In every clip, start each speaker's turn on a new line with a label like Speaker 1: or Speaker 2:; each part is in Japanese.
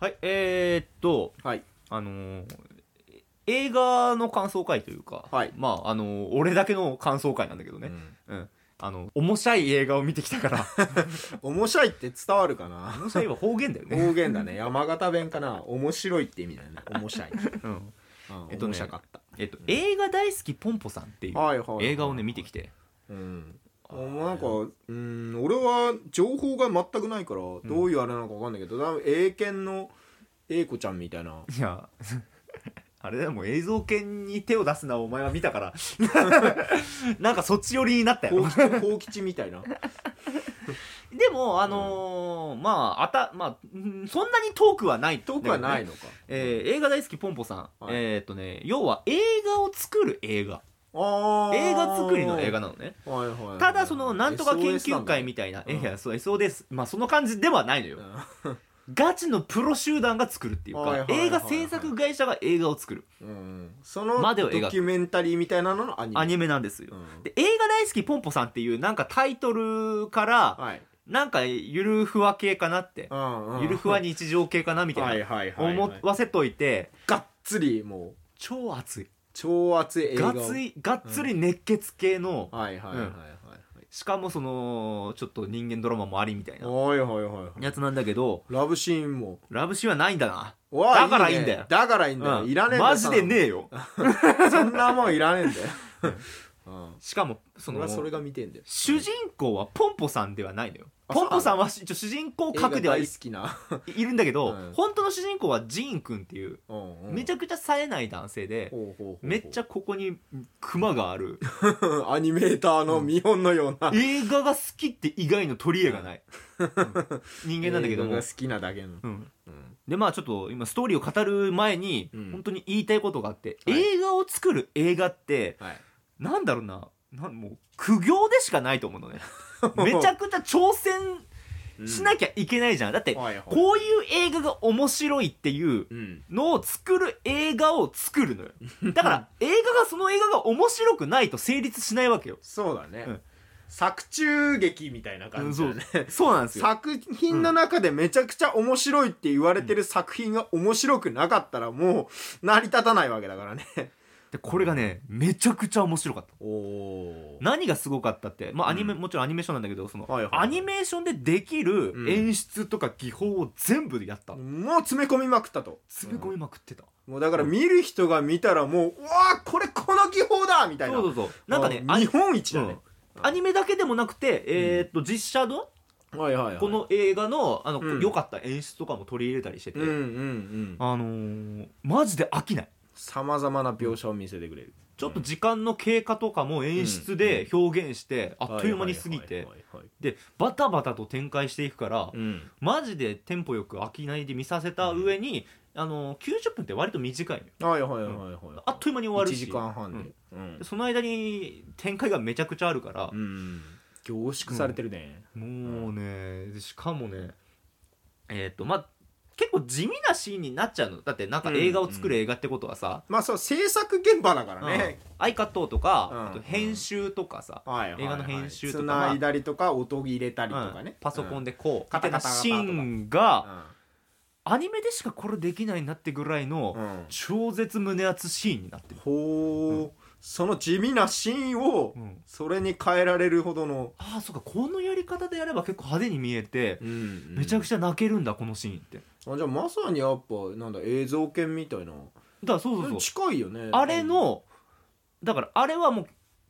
Speaker 1: はい、えー、っと、
Speaker 2: はい。
Speaker 1: あのー映画の感想会というか、
Speaker 2: はい
Speaker 1: まあ、あのー俺だけの感想会なんだけどね、うん。あの、面白い映画を見てきたから、
Speaker 2: 面白いって伝わるかな
Speaker 1: 面白いは方言だよね。
Speaker 2: 方言だね。山形弁かな面白いって意味だよね。面白い。
Speaker 1: うん。
Speaker 2: うん
Speaker 1: えっとね
Speaker 2: 面白かった。
Speaker 1: えっと、映画大好きポンポさんっていう
Speaker 2: はいはいはい
Speaker 1: 映画をね、見てきて。
Speaker 2: うん。あなんか、うん、俺は情報が全くないから、どういうあれなのか分かんないけど、多分英検の英子ちゃんみた いな。
Speaker 1: いや、あれだよ、もう映像犬に手を出すな、お前は見た から。なんかそっち寄りになったよ
Speaker 2: 高。吉高吉みたいな。
Speaker 1: でも、あのーまあ、あた、まあ、うんそんなに遠くは ないんだけど
Speaker 2: 遠
Speaker 1: ね、
Speaker 2: くはないのか。
Speaker 1: えー映画大好きポンポさん、
Speaker 2: はい
Speaker 1: えーっとね要は映画を作る映画
Speaker 2: あー
Speaker 1: 映画作りの映画なのね
Speaker 2: はいはいはい。
Speaker 1: ただそのなんとか研究会みたいな、
Speaker 2: SOS なんだ
Speaker 1: いやそう SO ですまあその感じではないのよ、
Speaker 2: うん
Speaker 1: ガチのプロ集団が作るっていうか、
Speaker 2: はいはいはいはい
Speaker 1: 映画制作会社が映画を作る
Speaker 2: うんその
Speaker 1: まで
Speaker 2: ド
Speaker 1: を
Speaker 2: キ
Speaker 1: 描く
Speaker 2: ュメンタリーみたいなののアニメ。
Speaker 1: アニメなんですよ、
Speaker 2: うん
Speaker 1: で映画大好きポンポさんっていうなんかタイトルから
Speaker 2: はい。
Speaker 1: なんかゆるふわ系かなって
Speaker 2: うんうん
Speaker 1: ゆるふわ日常系かなみたいな、
Speaker 2: はいはいはい、はい。
Speaker 1: 思わせといて
Speaker 2: がっつりもう
Speaker 1: 超熱い
Speaker 2: 超熱い映画
Speaker 1: が
Speaker 2: を
Speaker 1: っついがっつり熱血系の、
Speaker 2: はいはいはいはい
Speaker 1: しかもそのちょっと人間ドラマもありみたいな
Speaker 2: はいはいはいはい
Speaker 1: やつなんだけど
Speaker 2: ラブシーンも
Speaker 1: ラブシーンはないんだな
Speaker 2: おい
Speaker 1: だからいいんだよ
Speaker 2: ねだからいいんだよ、
Speaker 1: うん
Speaker 2: いらねえんだよ
Speaker 1: マジでねえよ
Speaker 2: そんそんなもんいらね えんだよ、うん、
Speaker 1: しかもそ
Speaker 2: それ
Speaker 1: の
Speaker 2: はそれが見てんだよ
Speaker 1: 主人公はポンポさんではないのよ
Speaker 2: あ
Speaker 1: ポンポさんは一応主人公格では
Speaker 2: 映
Speaker 1: い
Speaker 2: 画大好きな、
Speaker 1: いるんだけど、
Speaker 2: うん
Speaker 1: 本当の主人公はジーンくんっていう
Speaker 2: うんうん、
Speaker 1: めち
Speaker 2: ゃ
Speaker 1: ゃくちゃ冴えない男性でめっちゃここにクマがある
Speaker 2: アニメーターの見本のような、
Speaker 1: 映画が好きって以外の取り柄が ない、うん人間なんだけど
Speaker 2: 映
Speaker 1: も
Speaker 2: 画が、好きなだけの、
Speaker 1: うん、
Speaker 2: うん
Speaker 1: でまあちょっと今ストーリーを語る前に
Speaker 2: うん
Speaker 1: 本当に言いたいことがあって、
Speaker 2: はい
Speaker 1: 映画を作る映画って
Speaker 2: はい、
Speaker 1: なんだろうななんもう苦行でしかないと思うの ねめちゃくちゃ挑戦しなきゃいけないじゃん、だって
Speaker 2: はいはい
Speaker 1: こういう映画が面白いっていう
Speaker 2: うん
Speaker 1: のを作る映画を作るのよだから映画がその映画が面白くないと成立しないわけよ
Speaker 2: そうだね、
Speaker 1: うん
Speaker 2: 作中劇みたいな感じだね、
Speaker 1: そうなんですよ
Speaker 2: 作品の中でめちゃくちゃ面白いって言われてる作品が面白くなかったらもう成り立たないわけだ からね。
Speaker 1: でこれがねめちゃくちゃ面白かった
Speaker 2: おお
Speaker 1: 何がすごかったって、まあアニメ
Speaker 2: う
Speaker 1: もちろんアニメーションなんだけどその、
Speaker 2: はいはいはい
Speaker 1: アニメーションでできる
Speaker 2: うん
Speaker 1: 演出とか技法を全部やった、
Speaker 2: もう詰め込みまくったと。
Speaker 1: 詰め込みまくってた、
Speaker 2: もうだから見る人が見たらもう、うわあこれこの技法だみたいな。
Speaker 1: そうそうそうなんかね
Speaker 2: あ
Speaker 1: ア
Speaker 2: 日
Speaker 1: ニ,、
Speaker 2: 本一
Speaker 1: う
Speaker 2: だ
Speaker 1: ん
Speaker 2: ね。、
Speaker 1: アニメだけでもなくて、えーっと実写の
Speaker 2: はいはいはい。
Speaker 1: こ、の映画のあの、
Speaker 2: うん
Speaker 1: 良かった演出とかも取り入れたりしてて、
Speaker 2: うんうんうん。
Speaker 1: あのーマジで飽きない
Speaker 2: さまざまな描写を見せてくれる。
Speaker 1: ちょっと時間の経過とかも演出で表現して、あっという間に過ぎて、
Speaker 2: はいはいはいはい。
Speaker 1: でバタバタと展開していくから、
Speaker 2: うん。
Speaker 1: マジでテンポよく飽きないで見させた上に、あの90分って割と短いのよ
Speaker 2: はいはいはいはい。
Speaker 1: あっという間に終わる
Speaker 2: 1
Speaker 1: し
Speaker 2: 時間半で。うん
Speaker 1: でその間に展開がめちゃくちゃあるから
Speaker 2: う、ん。凝縮されてるね。
Speaker 1: もうねでしかもねえっ、とまあ結構地味なシーンになっちゃうのだってなんか映画を作る映画ってことはさ、
Speaker 2: まあそう制作現場だからね、
Speaker 1: アイカットとか、
Speaker 2: うん
Speaker 1: あと編集とかさ、
Speaker 2: はいはいはい
Speaker 1: 映画の編集とか
Speaker 2: つないだりとか音入れたりとかね、
Speaker 1: うんパソコン
Speaker 2: で、
Speaker 1: でこう、
Speaker 2: カ
Speaker 1: みた
Speaker 2: タ
Speaker 1: いな
Speaker 2: カタカタとか
Speaker 1: シーン
Speaker 2: う
Speaker 1: が、
Speaker 2: ん
Speaker 1: アニメでしかこれできないなってぐらいの、
Speaker 2: うん
Speaker 1: 超絶胸熱シーンになってる、
Speaker 2: ほう、
Speaker 1: う
Speaker 2: その地味なシーンを
Speaker 1: うん
Speaker 2: それに変えられるほどの、
Speaker 1: ああそうかこのやり方でやれば結構派手に見えて、めちゃく
Speaker 2: ち
Speaker 1: ちゃ泣けるんだこのシーンってだか
Speaker 2: ゃあじゃあまさにやっぱなんだ映像犬みたいな
Speaker 1: らそうそうそう
Speaker 2: 近いよね
Speaker 1: あれ、のだからあれはもう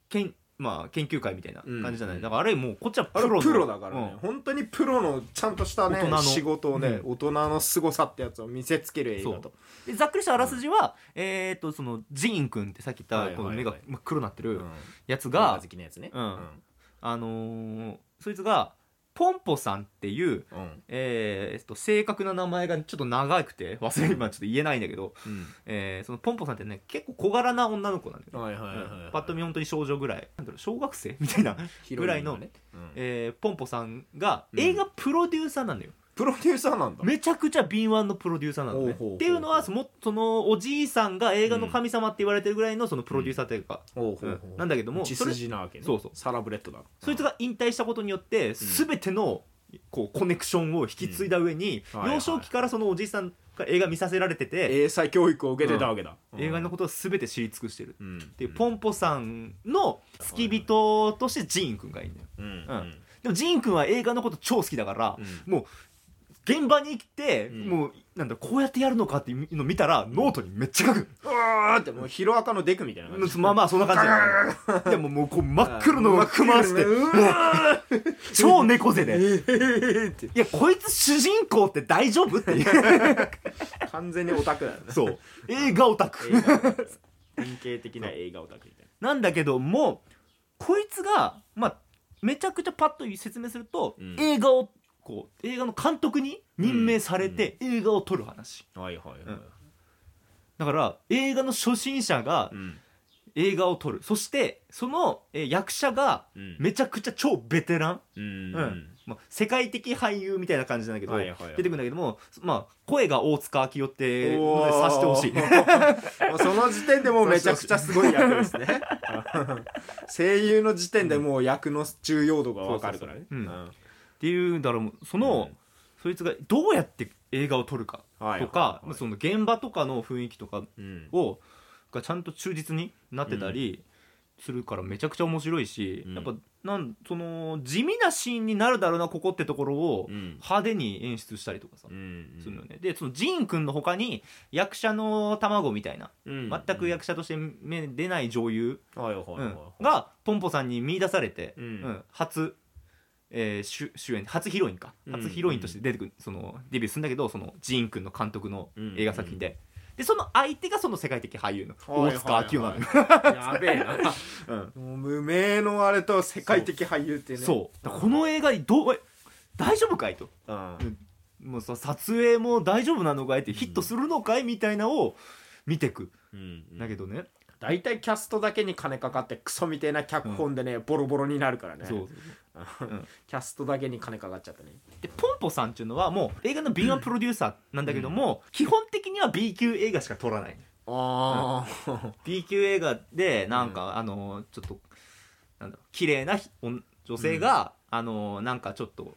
Speaker 1: けん、まあ、研究会みたいな
Speaker 2: うん
Speaker 1: 感じじゃない、だからあれもうこっちはプ
Speaker 2: あれ
Speaker 1: ロの
Speaker 2: プロだからね、
Speaker 1: うん
Speaker 2: 本当にプロのちゃんとしたね
Speaker 1: 大人の
Speaker 2: 仕事をね、
Speaker 1: う
Speaker 2: 大人の凄さってやつを見せつける映画と
Speaker 1: でざっくりしたあらすじは、えー、とそのジーン君ってさっき言
Speaker 2: は
Speaker 1: った
Speaker 2: いはい
Speaker 1: この
Speaker 2: はい
Speaker 1: 目が真っ黒になってる
Speaker 2: うん
Speaker 1: やつ
Speaker 2: 映
Speaker 1: が、
Speaker 2: 画好きなやつね
Speaker 1: うんあのーそいつがポンポさんっていう、
Speaker 2: うん
Speaker 1: えー、と正確な名前がちょっと長くて忘れ今ちょっと言えないんだけど、えーそのポンポさんってね結構小柄な女の子なんだよね
Speaker 2: うん、はいはいはい、
Speaker 1: うんパッと見本当に少女ぐらいなんだろう小学生みたいな、ぐらいの
Speaker 2: ヒロインがね、うん
Speaker 1: えーポンポさんが
Speaker 2: うん
Speaker 1: 映画プロデューサーなんだよ、
Speaker 2: プロデューサーなんだ
Speaker 1: めちゃくちゃ敏腕のプロデューサーなんだね
Speaker 2: ほうほうほう
Speaker 1: っていうのはそのそのおじいさんが映画の神様って言われてるぐらいのそのプロデューサーというか、
Speaker 2: ほう
Speaker 1: うんなんだけども
Speaker 2: 血
Speaker 1: それ
Speaker 2: 筋なわけね
Speaker 1: そうそう
Speaker 2: サラブレッドだ
Speaker 1: そいつが引退したことによって全てのこうコネクションを引き継いだ上に、
Speaker 2: うんはいはい
Speaker 1: 幼少期からそのおじいさんが映画見させられてて、
Speaker 2: 英才教育を受けてたわけだ、
Speaker 1: 映画のことを全て知り尽くしてる
Speaker 2: うん
Speaker 1: っていうポンポさんの付き人としてジーンくんがいるのよ
Speaker 2: うんうん
Speaker 1: でもジーンくんは映画のこと超好きだから、もう現場に来て、
Speaker 2: うん
Speaker 1: もうなんだこうやってやるのかっていうのを見たら、ノートにめっちゃ書く、
Speaker 2: うわーってもうヒロアカのデクみたいな感じ
Speaker 1: まあまあそんな
Speaker 2: ガガガ
Speaker 1: 感じでもうもうこう真っ黒のを組ませて
Speaker 2: うわ
Speaker 1: 超猫背
Speaker 2: ー
Speaker 1: で。
Speaker 2: って
Speaker 1: いやこいつ主人公って大丈夫っていう
Speaker 2: 完全にオタクだよね
Speaker 1: そう映画オタク
Speaker 2: 映画オ タク典型的な映画オタクみたい
Speaker 1: なんだけどもこいつがまあめちゃくちゃパッと説明すると、
Speaker 2: うん
Speaker 1: 映画をこう映画の監督に任命されて映画を撮る話、
Speaker 2: なはいはい
Speaker 1: はいだから映画の初心者が
Speaker 2: うん
Speaker 1: 映画を撮るそしてそのえー役者が
Speaker 2: うん
Speaker 1: めちゃくちゃ超ベテラン、
Speaker 2: うん
Speaker 1: うんまあ、世界的俳優みたいな感じなんだけど、
Speaker 2: はいはいはい
Speaker 1: 出てくるんだけども、まあ、声が大塚明夫っての
Speaker 2: お
Speaker 1: で
Speaker 2: ー
Speaker 1: さしてほしい
Speaker 2: もうその時点でもうめちゃくちゃすごい役です ね声優の時点でもう役の重要度が分かるからね
Speaker 1: そうそうそう
Speaker 2: う
Speaker 1: っ
Speaker 2: ん
Speaker 1: ていうんだろうその、
Speaker 2: うん
Speaker 1: そいつがどうやって映画を撮るか
Speaker 2: はい
Speaker 1: とか、
Speaker 2: はいはい
Speaker 1: その現場とかの雰囲気とか
Speaker 2: うん
Speaker 1: をがちゃんと忠実になってたりするからめちゃくちゃ面白いし、
Speaker 2: うん
Speaker 1: やっぱなんその地味なシーンになるだろうなここってところを
Speaker 2: うん
Speaker 1: 派手に演出したりとかさ、
Speaker 2: うん
Speaker 1: するのねでそのジーンくんの他に役者の卵みたいな、
Speaker 2: うん
Speaker 1: 全く役者として目出ない女優、
Speaker 2: はいはいはい
Speaker 1: うん
Speaker 2: はい
Speaker 1: がポンポさんに見出されて、
Speaker 2: うん
Speaker 1: うん初、えー主主演初ヒロインか
Speaker 2: うん
Speaker 1: 初ヒロインとして出てくる、そのデビューするんだけどそのジーン君の監督の
Speaker 2: うん
Speaker 1: 映画作品で、でその相手がその世界的俳優の大塚明夫なのよ、
Speaker 2: やべえな
Speaker 1: うん
Speaker 2: もう無名のあれと世界的俳優ってね
Speaker 1: そうだからこの映画にどうえ大丈夫かいと
Speaker 2: うん
Speaker 1: もうさ撮影も大丈夫なのかいってヒットするのかいみたいなを見てく
Speaker 2: うん
Speaker 1: だけどね、
Speaker 2: 大体キャストだけに金かかってクソみたいな脚本でね、ボロボロになるからね
Speaker 1: そう
Speaker 2: うんキャストだけに金かかっちゃったね
Speaker 1: でポンポさんっていうのはもう映画の敏腕プロデューサーなんだけども、基本的には B 級映画しか撮らない
Speaker 2: ああ、
Speaker 1: B 級映画でなんか、あのちょっとなんだろう綺麗なひ女女性が、あのなんかちょっと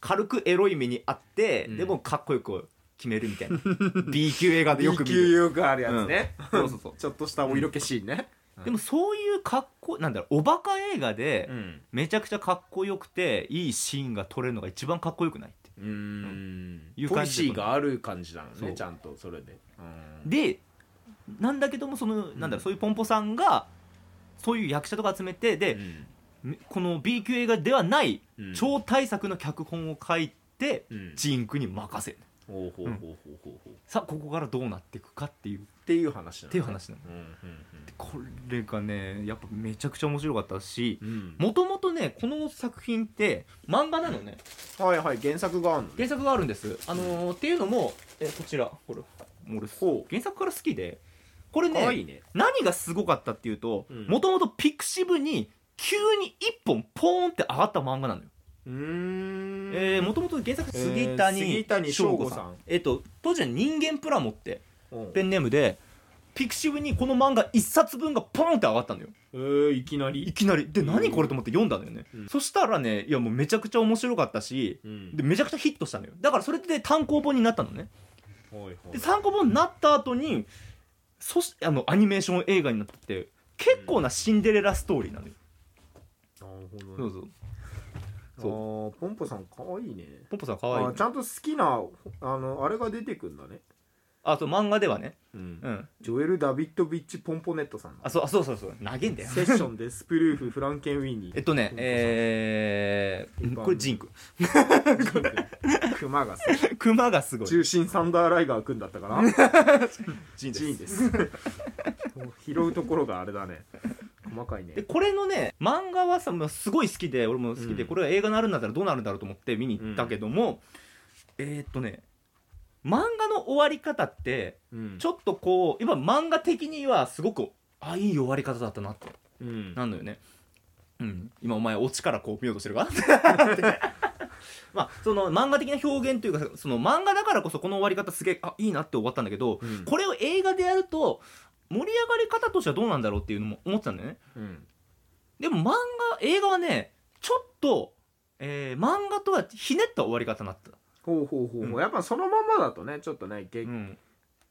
Speaker 1: 軽くエロい目にあって、
Speaker 2: うん
Speaker 1: でもかっこよく決めるみたいな B 級映画でよ
Speaker 2: B
Speaker 1: く見
Speaker 2: 級
Speaker 1: る
Speaker 2: よくあるやつね、
Speaker 1: そうそうそう
Speaker 2: ちょっとしたお色気シーンね
Speaker 1: でもそういうかっこなんだろうおバカ映画で、
Speaker 2: ん
Speaker 1: めちゃくちゃかっこよくていいシーンが撮れるのが一番かっこよくないって
Speaker 2: うん
Speaker 1: いう
Speaker 2: ポ
Speaker 1: 感
Speaker 2: リ
Speaker 1: じ
Speaker 2: シ
Speaker 1: で
Speaker 2: ーがある感じなの
Speaker 1: そ
Speaker 2: ね
Speaker 1: う
Speaker 2: ちゃんとそれで、うん
Speaker 1: でなんだけどもそのなんだろうそういうポンポさんがそういう役者とか集めてで、この B 級映画ではない
Speaker 2: うん
Speaker 1: 超大作の脚本を書いて、
Speaker 2: うん
Speaker 1: ジンクに任せる
Speaker 2: ほうほうほうほうほうほう
Speaker 1: さあここからどうなっていくかっていう
Speaker 2: っていう話なの
Speaker 1: っていう話なの
Speaker 2: うんうん
Speaker 1: これがねやっぱめちゃくちゃ面白かったし
Speaker 2: うん
Speaker 1: もともとねこの作品って漫画なのね
Speaker 2: はいはい原作があるのね
Speaker 1: 原作があるんですあのーっていうのもえこちらこれもう俺
Speaker 2: ほ
Speaker 1: 原作から好きでこれ
Speaker 2: うかわい
Speaker 1: ね
Speaker 2: いね
Speaker 1: 何がすごかったっていうと
Speaker 2: うん
Speaker 1: もともとピクシブに急に一本ポーンって上がった漫画なのよ
Speaker 2: うーん
Speaker 1: えー、もともと原作
Speaker 2: えー
Speaker 1: 杉谷,、
Speaker 2: 杉谷翔吾さん
Speaker 1: えっ、と当時は人間プラモって
Speaker 2: うん
Speaker 1: ペンネームでピクシブにこの漫画1冊分がポンって上がったのよ
Speaker 2: えー、いきなり
Speaker 1: いきなりで
Speaker 2: うん
Speaker 1: 何これと思って読んだのよね、
Speaker 2: うん
Speaker 1: そしたらねいやもうめちゃくちゃ面白かったし
Speaker 2: うん
Speaker 1: でめちゃくちゃヒットしたのよだからそれで単行本になったのね
Speaker 2: はいはい
Speaker 1: で単行本になった後にそしあのアニメーション映画になってて結構なシンデレラストーリーなのよ、
Speaker 2: なるほどね
Speaker 1: そうそうそう
Speaker 2: あーポンポさん可愛いね
Speaker 1: ポンポさんかわいい
Speaker 2: あーちゃんと好きなあのあれが出てくんだね、
Speaker 1: あそう漫画ではね
Speaker 2: うん
Speaker 1: うん
Speaker 2: ジョエル・ダビッドビッチ・ポンポネットさんの
Speaker 1: あそうあそうそうそう投げんだよ
Speaker 2: セッションでスプルーフフランケンウィ ニ
Speaker 1: えっ
Speaker 2: ー
Speaker 1: とね
Speaker 2: ポンポさん
Speaker 1: えー、これジンク
Speaker 2: クマがさ
Speaker 1: クマがすごい
Speaker 2: 中心サンダーライガーくんだった かな
Speaker 1: ジン
Speaker 2: ジーンですもう拾うところがあれだね細かいね
Speaker 1: でこれのね漫画はさもうすごい好きで俺も好きで、
Speaker 2: うん
Speaker 1: これが映画になるんだったらどうなるんだろうと思って見に行ったけども、えー、っとね漫画の終わり方って
Speaker 2: うん
Speaker 1: ちょっとこう今漫画的にはすごくあいい終わり方だったなって
Speaker 2: うん
Speaker 1: なんのよねうん、今お前オチからこう見ようとしてる かまあその漫画的な表現というかその漫画だからこそこの終わり方すげえあいいなって終わったんだけど、
Speaker 2: うん
Speaker 1: これを映画でやると盛り上がり方としてはどうなんだろうっていうのも思ってたんだよね
Speaker 2: うん
Speaker 1: でも漫画映画はねちょっとえー漫画とはひねった終わり方になった、
Speaker 2: ほうほうほうほう、
Speaker 1: うん
Speaker 2: やっぱそのままだとねちょっとねげ
Speaker 1: うん、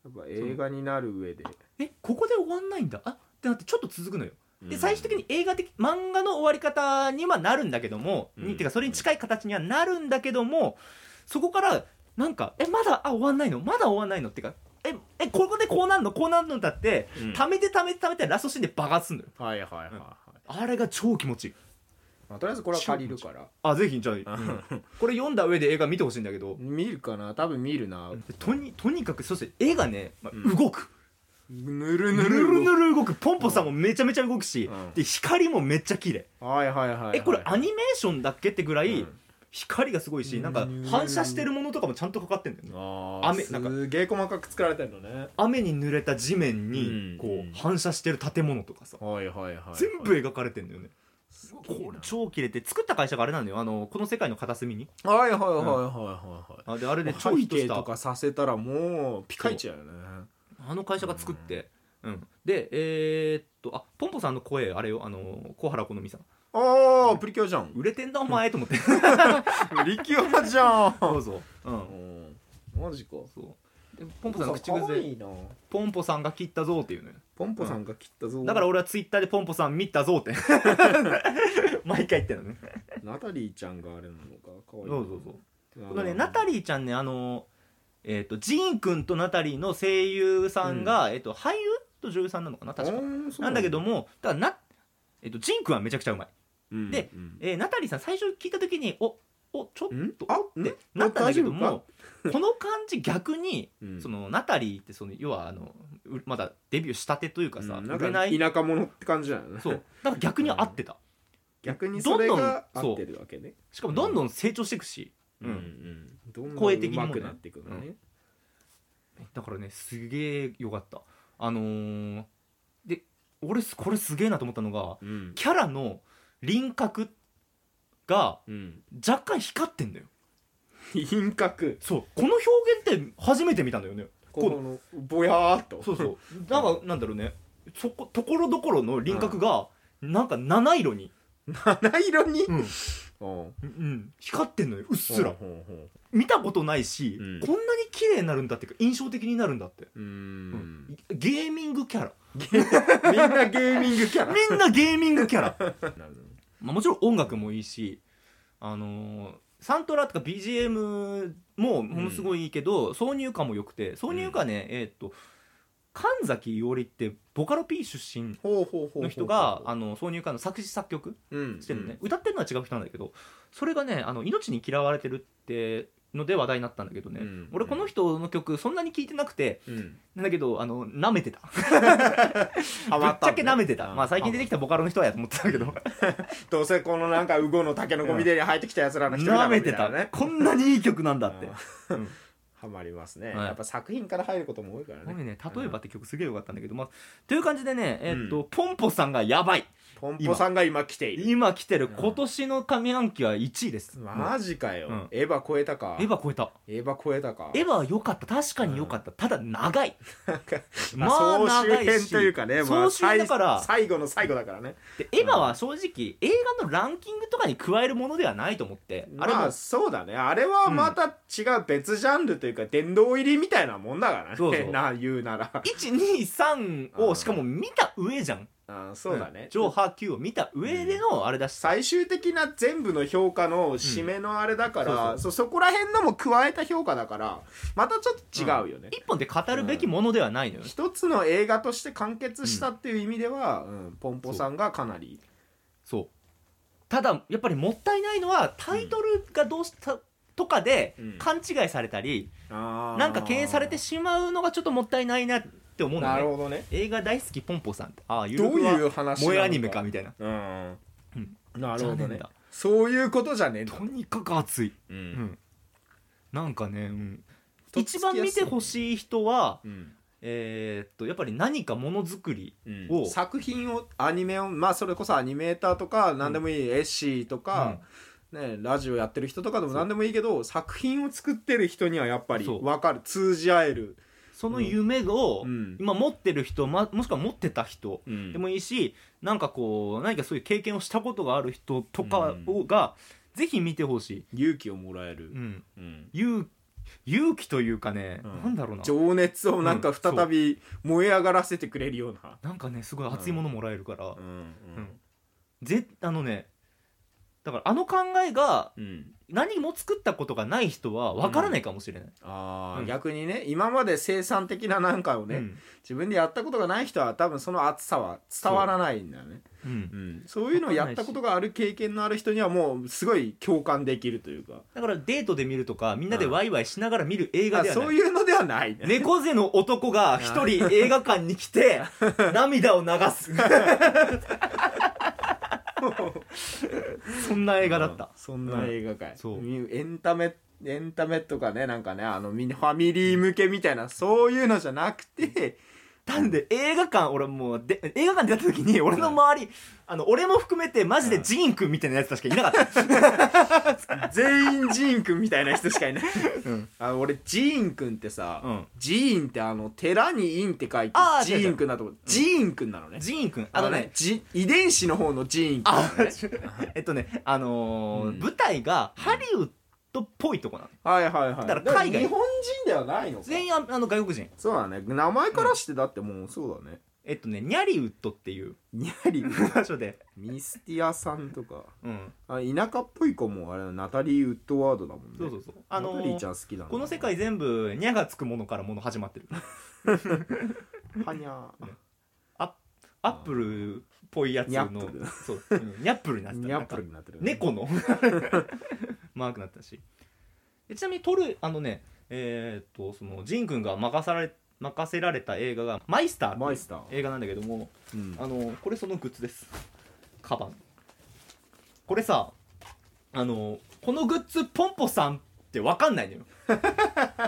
Speaker 2: やっぱ映画になる上で、
Speaker 1: えここで終わんないんだあってなってちょっと続くのよ
Speaker 2: う
Speaker 1: で
Speaker 2: ん
Speaker 1: 最終的に映画的漫画の終わり方にはなるんだけども、
Speaker 2: うん
Speaker 1: にてかそれに近い形にはなるんだけどもそこからなんかえまだあ終わんないのまだ終わんないのってかええここでこうなんのこうなんのだって
Speaker 2: うん
Speaker 1: 溜めて溜めて溜めてラストシーンで爆発すんのよ
Speaker 2: はいはいはいはい、
Speaker 1: あれが超気持ちいい
Speaker 2: まあ、とりあえずこれは借りるから
Speaker 1: あぜひじゃあ、うんこれ読んだ上で映画見てほしいんだけど
Speaker 2: 見るかな多分見るな、
Speaker 1: とにとにかくそして絵がね、まあ
Speaker 2: うん
Speaker 1: 動く
Speaker 2: ぬる
Speaker 1: ぬ
Speaker 2: ぬる
Speaker 1: るぬる動くポンポさんもめちゃめちゃ動くし、
Speaker 2: うん
Speaker 1: で光もめっちゃ綺麗
Speaker 2: はいはいはい、はい、
Speaker 1: えこれアニメーションだっけってぐらい
Speaker 2: うん
Speaker 1: 光がすごいしなんか
Speaker 2: うん
Speaker 1: 反射してるものとかもちゃんとかかってんだよね
Speaker 2: あ
Speaker 1: 雨
Speaker 2: 雨
Speaker 1: なんか
Speaker 2: すげえ細かく作られてるのね
Speaker 1: 雨に濡れた地面
Speaker 2: う
Speaker 1: に
Speaker 2: ん
Speaker 1: こ
Speaker 2: うん
Speaker 1: う反射してる建物とかさ
Speaker 2: はいはいはい
Speaker 1: 全部描かれてんだよね
Speaker 2: げえな
Speaker 1: これ超綺麗で作った会社があれなんだよあのこの世界の片隅に
Speaker 2: はいはいはいはいはいはい
Speaker 1: あであれで
Speaker 2: 背
Speaker 1: 超ヒット
Speaker 2: 景
Speaker 1: し
Speaker 2: と
Speaker 1: た
Speaker 2: かさせたらもうピカイチだよね
Speaker 1: あの会社が作ってうんでえーっとあポンポさんの声あれよあの小原好美さん
Speaker 2: ああプリキュア じゃん
Speaker 1: 売れてんだお前と思って
Speaker 2: プリキュアじゃん
Speaker 1: どうぞう
Speaker 2: うんんマジか
Speaker 1: そうでポンポさんの口癖
Speaker 2: 可
Speaker 1: で
Speaker 2: 愛いな
Speaker 1: 「ポンポさんが切ったぞ」っていうのよ
Speaker 2: ポンポさんが切ったぞ
Speaker 1: だから俺はツイッターでポンポさん見たぞって 毎回言ってるのね
Speaker 2: ナタリーちゃんがあれなのか可愛い
Speaker 1: そうそうそう
Speaker 2: う
Speaker 1: このねナタリーちゃんねあのえっ、とジーンくんとナタリーの声優さんが、えっと俳優と女優さんなのかな確かなんだけどもただなえっ、とジーンくんはめちゃくちゃうまい、でえーナタリーさん最初聞いた時におおちょっ
Speaker 2: ん
Speaker 1: と
Speaker 2: あ
Speaker 1: っ
Speaker 2: ん
Speaker 1: てなったんだけど
Speaker 2: 大丈
Speaker 1: も この感じ逆にそ
Speaker 2: の
Speaker 1: のナタリーってその要はあのうまだデビューしたてというかさ、売れない
Speaker 2: 田舎者って感じだよね
Speaker 1: そうだから逆に合ってた、
Speaker 2: 逆にそれが
Speaker 1: どんどん
Speaker 2: 合ってるわけね
Speaker 1: しかもどんどん成長していくし、うん
Speaker 2: どんどん
Speaker 1: 声的にもね
Speaker 2: 上手くなっていくのね
Speaker 1: だからねすげえよかったあのーで俺すこれすげえなと思ったのが
Speaker 2: うん
Speaker 1: キャラの輪郭が
Speaker 2: うん
Speaker 1: 若干光ってんだよ
Speaker 2: 輪郭
Speaker 1: そうこの表現って初めて見たんだよね
Speaker 2: こ
Speaker 1: こ
Speaker 2: のぼやーっと
Speaker 1: そうそう なんかなんだろうねそこところどころの輪郭がなんか七色に、
Speaker 2: 七色に
Speaker 1: うん
Speaker 2: うん
Speaker 1: うん光ってんのようっすら
Speaker 2: ほうほうほう
Speaker 1: 見たことないし、
Speaker 2: うん
Speaker 1: こんなに綺麗になるんだっていうか印象的になるんだって、
Speaker 2: うーん
Speaker 1: ゲーミングキャラ
Speaker 2: みんなゲーミングキャ ラ
Speaker 1: みんなゲーミングキャラ
Speaker 2: なるほど
Speaker 1: まあ、もちろん音楽もいいし、あのーサントラとか BGM もものすごいいいけど、挿入歌も良くて挿入歌ね、えーっと神崎伊織ってボカロ P 出身
Speaker 2: ほうほうほう
Speaker 1: の人があの挿入歌の作詞作曲
Speaker 2: うん
Speaker 1: してるのね、歌ってるのは違う人なんだけどそれがね「あの命に嫌われてる」ってので話題になったんだけどね、
Speaker 2: うん
Speaker 1: 俺この人の曲そんなに聴いてなくて
Speaker 2: うん
Speaker 1: なんだけどあの舐めてた
Speaker 2: ハ
Speaker 1: ぶ
Speaker 2: マ
Speaker 1: っち
Speaker 2: た
Speaker 1: ゃ
Speaker 2: んだ
Speaker 1: け舐めてた、
Speaker 2: うん
Speaker 1: まあ、最近出てきたボカロの人はやと思ってたけど
Speaker 2: どうせこのなんかウゴのタケノコみたいに入ってきたやつ らの一人
Speaker 1: 舐
Speaker 2: だろ
Speaker 1: め
Speaker 2: う
Speaker 1: て
Speaker 2: み
Speaker 1: た
Speaker 2: いなね
Speaker 1: こんなにいい曲なんだってうん
Speaker 2: ハマりますね
Speaker 1: はい
Speaker 2: やっぱ作品から入ることも多いから
Speaker 1: ごめ
Speaker 2: ね
Speaker 1: んね「例えば」って曲すげえよかったんだけどまあという感じでねえっ
Speaker 2: う
Speaker 1: とポンポさんがやばい
Speaker 2: ポンポさんが今来ている
Speaker 1: 今来てる
Speaker 2: うん
Speaker 1: 今年の上半期は1位ですも
Speaker 2: マジかよ、
Speaker 1: うん
Speaker 2: エヴァ超えたか
Speaker 1: うエヴァ超えた
Speaker 2: エヴァ超えたか
Speaker 1: エヴァは良かった確かに良かったただ長い
Speaker 2: ま
Speaker 1: まあ
Speaker 2: あ総集
Speaker 1: 長い
Speaker 2: 編
Speaker 1: し
Speaker 2: というかね、まあ、
Speaker 1: 総集だから
Speaker 2: 最最後の最後だからね
Speaker 1: でエヴァは正直映画のランキングとかに加えるものではないと思ってあれ
Speaker 2: ま
Speaker 1: も
Speaker 2: あそうだねあれはまた違う別ジャンルというか殿堂入りみたいなもんだからね
Speaker 1: そうそう
Speaker 2: な言うなら
Speaker 1: 123をしかも見た上じゃん
Speaker 2: あそうだね、
Speaker 1: 上波級を見た上でのあれだし
Speaker 2: 最終的な全部の評価の締めのあれだから、
Speaker 1: うん
Speaker 2: そそこら辺のも加えた評価だからまたちょっと違うよね、
Speaker 1: 一本で語るべきものではないのよね
Speaker 2: 一つの映画として完結したっていう意味では、うんポンポさんがかなり
Speaker 1: そうただやっぱりもったいないのはタイトルがどうした、とかで
Speaker 2: うん
Speaker 1: 勘違いされたり、
Speaker 2: な
Speaker 1: なんか敬遠されてしまうのがちょっともったいないなって思うの
Speaker 2: な
Speaker 1: ね
Speaker 2: るほどね
Speaker 1: 映画大好きポンポさんってああいう
Speaker 2: どういう話なの
Speaker 1: 萌えアニメかみたいな
Speaker 2: うん
Speaker 1: う
Speaker 2: なる
Speaker 1: 残
Speaker 2: ほど
Speaker 1: 念
Speaker 2: ね
Speaker 1: だ
Speaker 2: そういうことじゃねえんだ
Speaker 1: とにかく熱い、
Speaker 2: う
Speaker 1: うんん、なんかね、うん、
Speaker 2: とっつき
Speaker 1: 一
Speaker 2: やすい
Speaker 1: 番見てほしい人は
Speaker 2: うん
Speaker 1: えーっとやっぱり何かものづくり
Speaker 2: を
Speaker 1: を
Speaker 2: 作品をアニメをまあそれこそアニメーターとか何でもいい、エッシーとか、ね、ラジオやってる人とかでも何でもいいけど作品を作ってる人にはやっぱり
Speaker 1: そう
Speaker 2: 分かる通じ合える、
Speaker 1: その夢を
Speaker 2: うん
Speaker 1: 今持ってる人、ま、もしくは持ってた人、で
Speaker 2: でも
Speaker 1: もいいしなんかこう何かそういう経験をしたことがある人とか
Speaker 2: うん
Speaker 1: をがぜひ見てほし
Speaker 2: 勇気をもらえ
Speaker 1: い、
Speaker 2: る
Speaker 1: う、ん、
Speaker 2: うん
Speaker 1: 勇勇気というかね、
Speaker 2: うん
Speaker 1: なんだろうな
Speaker 2: 情熱をなんか再び燃え上がらせてくれるような、
Speaker 1: なんかねすごい熱いものもらえるから、
Speaker 2: うんうん
Speaker 1: ぜあのねだからあの考えが
Speaker 2: うん
Speaker 1: 何も作ったことがない人はわからないかもしれない、
Speaker 2: あー
Speaker 1: うん
Speaker 2: 逆にね今まで生産的ななんかを
Speaker 1: う
Speaker 2: ね、
Speaker 1: ん
Speaker 2: 自分でやったことがない人は多分その熱さは伝わらないんだよね
Speaker 1: うん
Speaker 2: うんそういうのをやったことがある経験のある人にはもうすごい共感できるというか
Speaker 1: だからデートで見るとかみんなでワイワイしながら見る映画では
Speaker 2: あ
Speaker 1: ない、
Speaker 2: そういうのではないね
Speaker 1: 猫背の男が一人映画館に来 て涙を流すそん な映画だった
Speaker 2: うん、そんな映画界、
Speaker 1: んそう
Speaker 2: みエンタメエンタメとかねなんかねあのみんなファミリー向けみたいなそういうのじゃなくて
Speaker 1: なんで映画館俺もうで映画館でやった時に俺の周り、あの俺も含めてマジでジーン君みたいなやつしかいなかった、
Speaker 2: 全員ジーンくんみたいな人しか いない
Speaker 1: うん
Speaker 2: あ俺ジーンくんってさ、
Speaker 1: うん
Speaker 2: ジーンってあの寺にインって書いて
Speaker 1: あー
Speaker 2: ジーンくんだと思うジーンくんなのね、
Speaker 1: ジーン君
Speaker 2: あ
Speaker 1: あ
Speaker 2: の
Speaker 1: の
Speaker 2: ね
Speaker 1: ね
Speaker 2: ジ遺伝子の方のジーンくん
Speaker 1: あえっとねあのー
Speaker 2: うん
Speaker 1: 舞台がハリウッドっぽいとこなの
Speaker 2: はいはいはい
Speaker 1: だから海外
Speaker 2: 日本人ではないのか
Speaker 1: 全員ああの外国人
Speaker 2: そうだね名前からしてだってもうそうだね、
Speaker 1: えっとねニャリウッドっていう
Speaker 2: にゃり
Speaker 1: 場所で
Speaker 2: ミスティアさんとか
Speaker 1: うん
Speaker 2: あ田舎っぽい子もあれナタリー・ウッドワードだもんね
Speaker 1: そうそうそうあの
Speaker 2: ナタリー
Speaker 1: ー
Speaker 2: ちゃん好きだな
Speaker 1: この世界全部ニャがつくものからもの始まってる
Speaker 2: はにゃ
Speaker 1: アップルっぽいやつ
Speaker 2: ニャ
Speaker 1: の
Speaker 2: ップル
Speaker 1: そううんニャップルになってた
Speaker 2: にゃっぷ
Speaker 1: なんか
Speaker 2: りになってる
Speaker 1: 猫の マークになったしでちなみに撮るあのねえーっとそのジン君が任され任せられた映画が「マイスター」
Speaker 2: マイスター
Speaker 1: 映画なんだけども
Speaker 2: うん
Speaker 1: あのこれそのグッズですカバンこれさあのこのグッズポンポさんって分かん ないのよ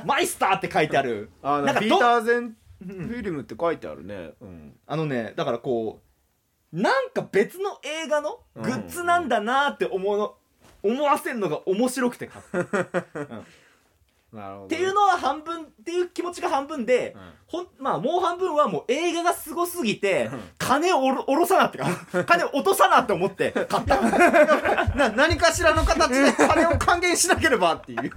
Speaker 1: マイスターって書いてある
Speaker 2: あ
Speaker 1: なん
Speaker 2: の
Speaker 1: か
Speaker 2: ピ
Speaker 1: ど
Speaker 2: ーター・ゼン
Speaker 1: う
Speaker 2: フ
Speaker 1: ん
Speaker 2: ィルムって書いてあるねうん
Speaker 1: あのねだからこうなんか別の映画のグッズなんだなって思うの、思わせるのが面白くて買ったっ
Speaker 2: なるほど
Speaker 1: ていう
Speaker 2: の
Speaker 1: のは半分っていう気持ちが半分で、ほんまあもう半分はもう映画がすごすぎて、
Speaker 2: うん
Speaker 1: 金をおろ下ろさなってか金を落とさなって思って買った
Speaker 2: な何かしらの形で金を還元しなければっていう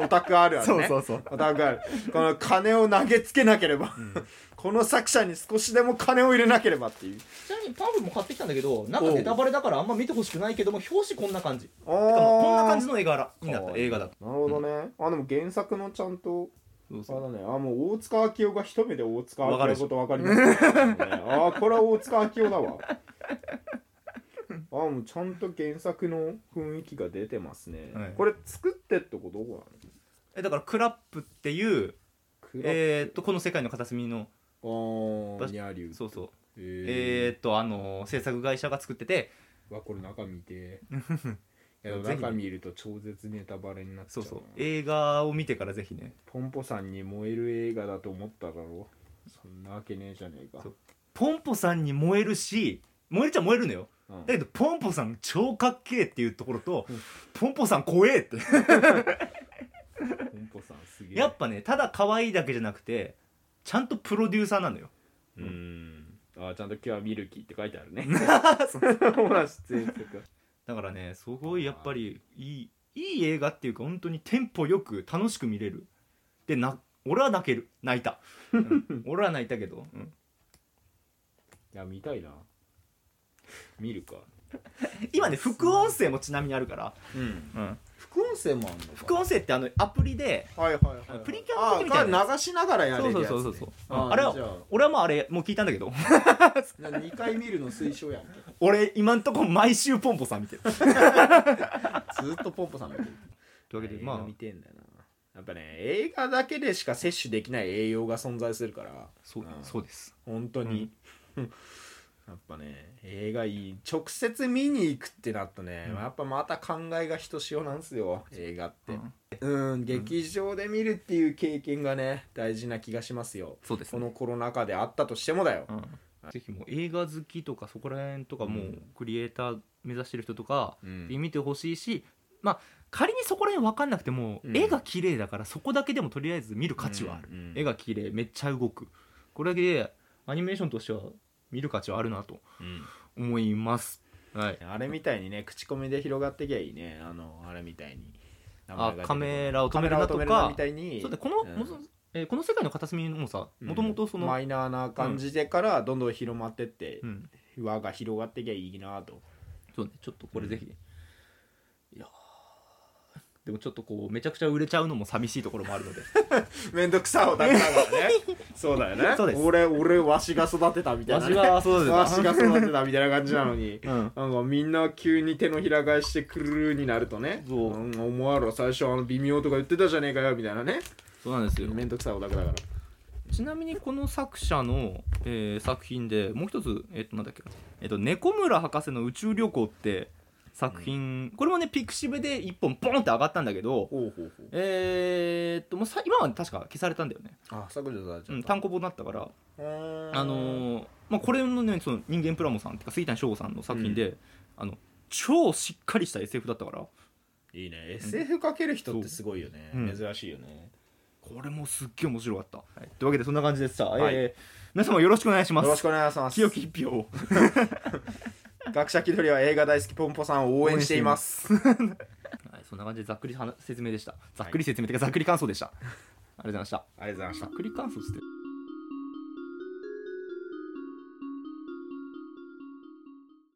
Speaker 2: オタクあるあるね
Speaker 1: うそう
Speaker 2: オタクあるこの金を投げつけなければこの作者に少しでも金を入れなければっていう
Speaker 1: ちなみにパフも買ってきたんだけどなんかネタバレだからあんま見てほしくないけども表紙こんな感じて
Speaker 2: あ
Speaker 1: かまあこんな
Speaker 2: ー
Speaker 1: 感じの絵柄になった映画だ
Speaker 2: なるほどね、あでも原作のちゃんと
Speaker 1: そう
Speaker 2: あ
Speaker 1: そう
Speaker 2: のねあもう大塚明夫が一目で大塚明
Speaker 1: わか
Speaker 2: 夫
Speaker 1: るで
Speaker 2: の
Speaker 1: し
Speaker 2: こ
Speaker 1: ょ
Speaker 2: と分か りますねあーこれは大塚明夫だわあもうちゃんと原作の雰囲気が出てますね、
Speaker 1: はい
Speaker 2: これ作ってってことどこ
Speaker 1: えだからクラップっていう
Speaker 2: なの
Speaker 1: えーっとこの世界の片隅の
Speaker 2: あーニャリュウ
Speaker 1: そうそうえ
Speaker 2: え
Speaker 1: ーっとあのー制作会社が作ってて
Speaker 2: ー、わこれ中 見て
Speaker 1: い
Speaker 2: い
Speaker 1: や
Speaker 2: や
Speaker 1: ぜひ
Speaker 2: 中見ると超絶ネタバレになっちゃ
Speaker 1: そうう
Speaker 2: な
Speaker 1: そう映画を見てからぜひね
Speaker 2: ポンポさんに燃える映画だと思っただろそんなわけねえじゃねえか
Speaker 1: そうポンポさんに燃えるし燃えるっちゃ燃えるのよ
Speaker 2: うん
Speaker 1: だけどポンポさん超かっけえっていうところとポンポさん怖えって
Speaker 2: ポンポさんすげえ
Speaker 1: やっぱねただ可愛いだけじゃなくてちゃんとプロデューサーなのよ
Speaker 2: うーんあーちゃんと「キュアミルキー」って書いてあ るねほら出演とか
Speaker 1: だからねすごいやっぱりいいいい映画っていうか本当にテンポよく楽しく見れるでな俺は泣ける泣いた、 うん俺は泣いたけど、うん
Speaker 2: いや見たいな見るか
Speaker 1: 今ね副音声もちなみにあるから、
Speaker 2: うん
Speaker 1: うん
Speaker 2: 副音声もあんのか
Speaker 1: 副音声ってあのアプリで
Speaker 2: はいはいはい
Speaker 1: プリキュアの時みたいな
Speaker 2: あーが流しながらや
Speaker 1: そ
Speaker 2: れ
Speaker 1: う
Speaker 2: る
Speaker 1: そう
Speaker 2: やつ、ね、
Speaker 1: そうそうそう
Speaker 2: あ
Speaker 1: あれは
Speaker 2: じゃあ
Speaker 1: 俺はもうあれもう聞いたんだけど
Speaker 2: な2回見るの推奨やんけ
Speaker 1: 俺今んとこ毎週ポンポさん見てるとい
Speaker 2: ずーっとポンポさん見てる
Speaker 1: うわけでま
Speaker 2: 映画
Speaker 1: あ
Speaker 2: 見てんだよなやっぱね映画だけでしか摂取できない栄養が存在するから
Speaker 1: そう
Speaker 2: うん
Speaker 1: そうです
Speaker 2: 本当に、 やっぱね映画いい直接見に行くってなったね、
Speaker 1: うん
Speaker 2: やっぱまた考えがひとしおなんすよ映画って
Speaker 1: うん
Speaker 2: うん、劇場で見るっていう経験がね大事な気がしますよ
Speaker 1: そうです
Speaker 2: こ
Speaker 1: ね
Speaker 2: のコロナ禍であったとしてもだよ、
Speaker 1: うんぜひもう映画好きとかそこら辺とかも
Speaker 2: う
Speaker 1: うんクリエイター目指してる人とか、
Speaker 2: うん
Speaker 1: 見てほしいし、まあ、仮にそこら辺分かんなくても、
Speaker 2: うん
Speaker 1: 絵が綺麗だからそこだけでもとりあえず見る価値はある、
Speaker 2: うんうん
Speaker 1: 絵が綺麗めっちゃ動くこれだけでアニメーションとしては見る価値はあるなと
Speaker 2: うん
Speaker 1: 思いますはい、
Speaker 2: あれみたいにね口コミで広がってきゃいいねあのあれみたいに名前
Speaker 1: あ
Speaker 2: が出てこな
Speaker 1: カ
Speaker 2: い
Speaker 1: メラを止めるなと
Speaker 2: カメラを止めるな
Speaker 1: か
Speaker 2: みたいに
Speaker 1: そうでこの、
Speaker 2: うん
Speaker 1: もそえーこの世界の片隅もさ
Speaker 2: うん
Speaker 1: もともとその、
Speaker 2: マイナーな感じでからどんどん広まってって
Speaker 1: う、ん
Speaker 2: 輪が広がってきゃいいな と
Speaker 1: そうねちょっとこれぜひ、いやーでもちょっとこうめちゃくちゃ売れちゃうのも寂しいところもあるの で
Speaker 2: 面倒くさをだったからね そうだよね
Speaker 1: そうです
Speaker 2: 俺俺わしが育てたみた
Speaker 1: わ
Speaker 2: いな、
Speaker 1: し
Speaker 2: ね、
Speaker 1: はそう です
Speaker 2: わしが育てたみたいな感じな のに
Speaker 1: うん
Speaker 2: なんかみんな急に手のひら返してくるになるとね
Speaker 1: そうん
Speaker 2: 思わろ最初あの微妙とか言ってたじゃねえかよみたいなね
Speaker 1: そうなんですよ
Speaker 2: 面倒くさいオタクだから
Speaker 1: ちなみにこの作者の、えー作品でもう一つ、えっとなんだっけなえっと猫村博士の宇宙旅行って作品、これもねピクシブで一本ポンって上がったんだけど
Speaker 2: ほうほうほう
Speaker 1: えー、っともうさ今は確か消されたんだよね、
Speaker 2: あ削除されちゃった、
Speaker 1: うん、単行本になったから
Speaker 2: あ
Speaker 1: あのーまあ、これのねその人間プラモさんっていうか杉谷翔吾さんの作品で、あの超しっかりした SF だったから
Speaker 2: いいね SF かける人っ
Speaker 1: そ
Speaker 2: て
Speaker 1: う
Speaker 2: すごいよね、
Speaker 1: うん
Speaker 2: 珍しいよね
Speaker 1: これもすっげえ面白かった、はい、というわけでそんな感じでした、
Speaker 2: はい
Speaker 1: えー皆様よろしくお願いし
Speaker 2: よ
Speaker 1: ます
Speaker 2: ろしくお願いします
Speaker 1: 清き一票を
Speaker 2: 学者気取りは映画大好きポンポさんを応援しています
Speaker 1: はい、そんな感じでざっくり話説明でしたざっくり説明というかざっくり感想でした、ありがとうございました
Speaker 2: ありがとうございました
Speaker 1: ざっくり感想っつって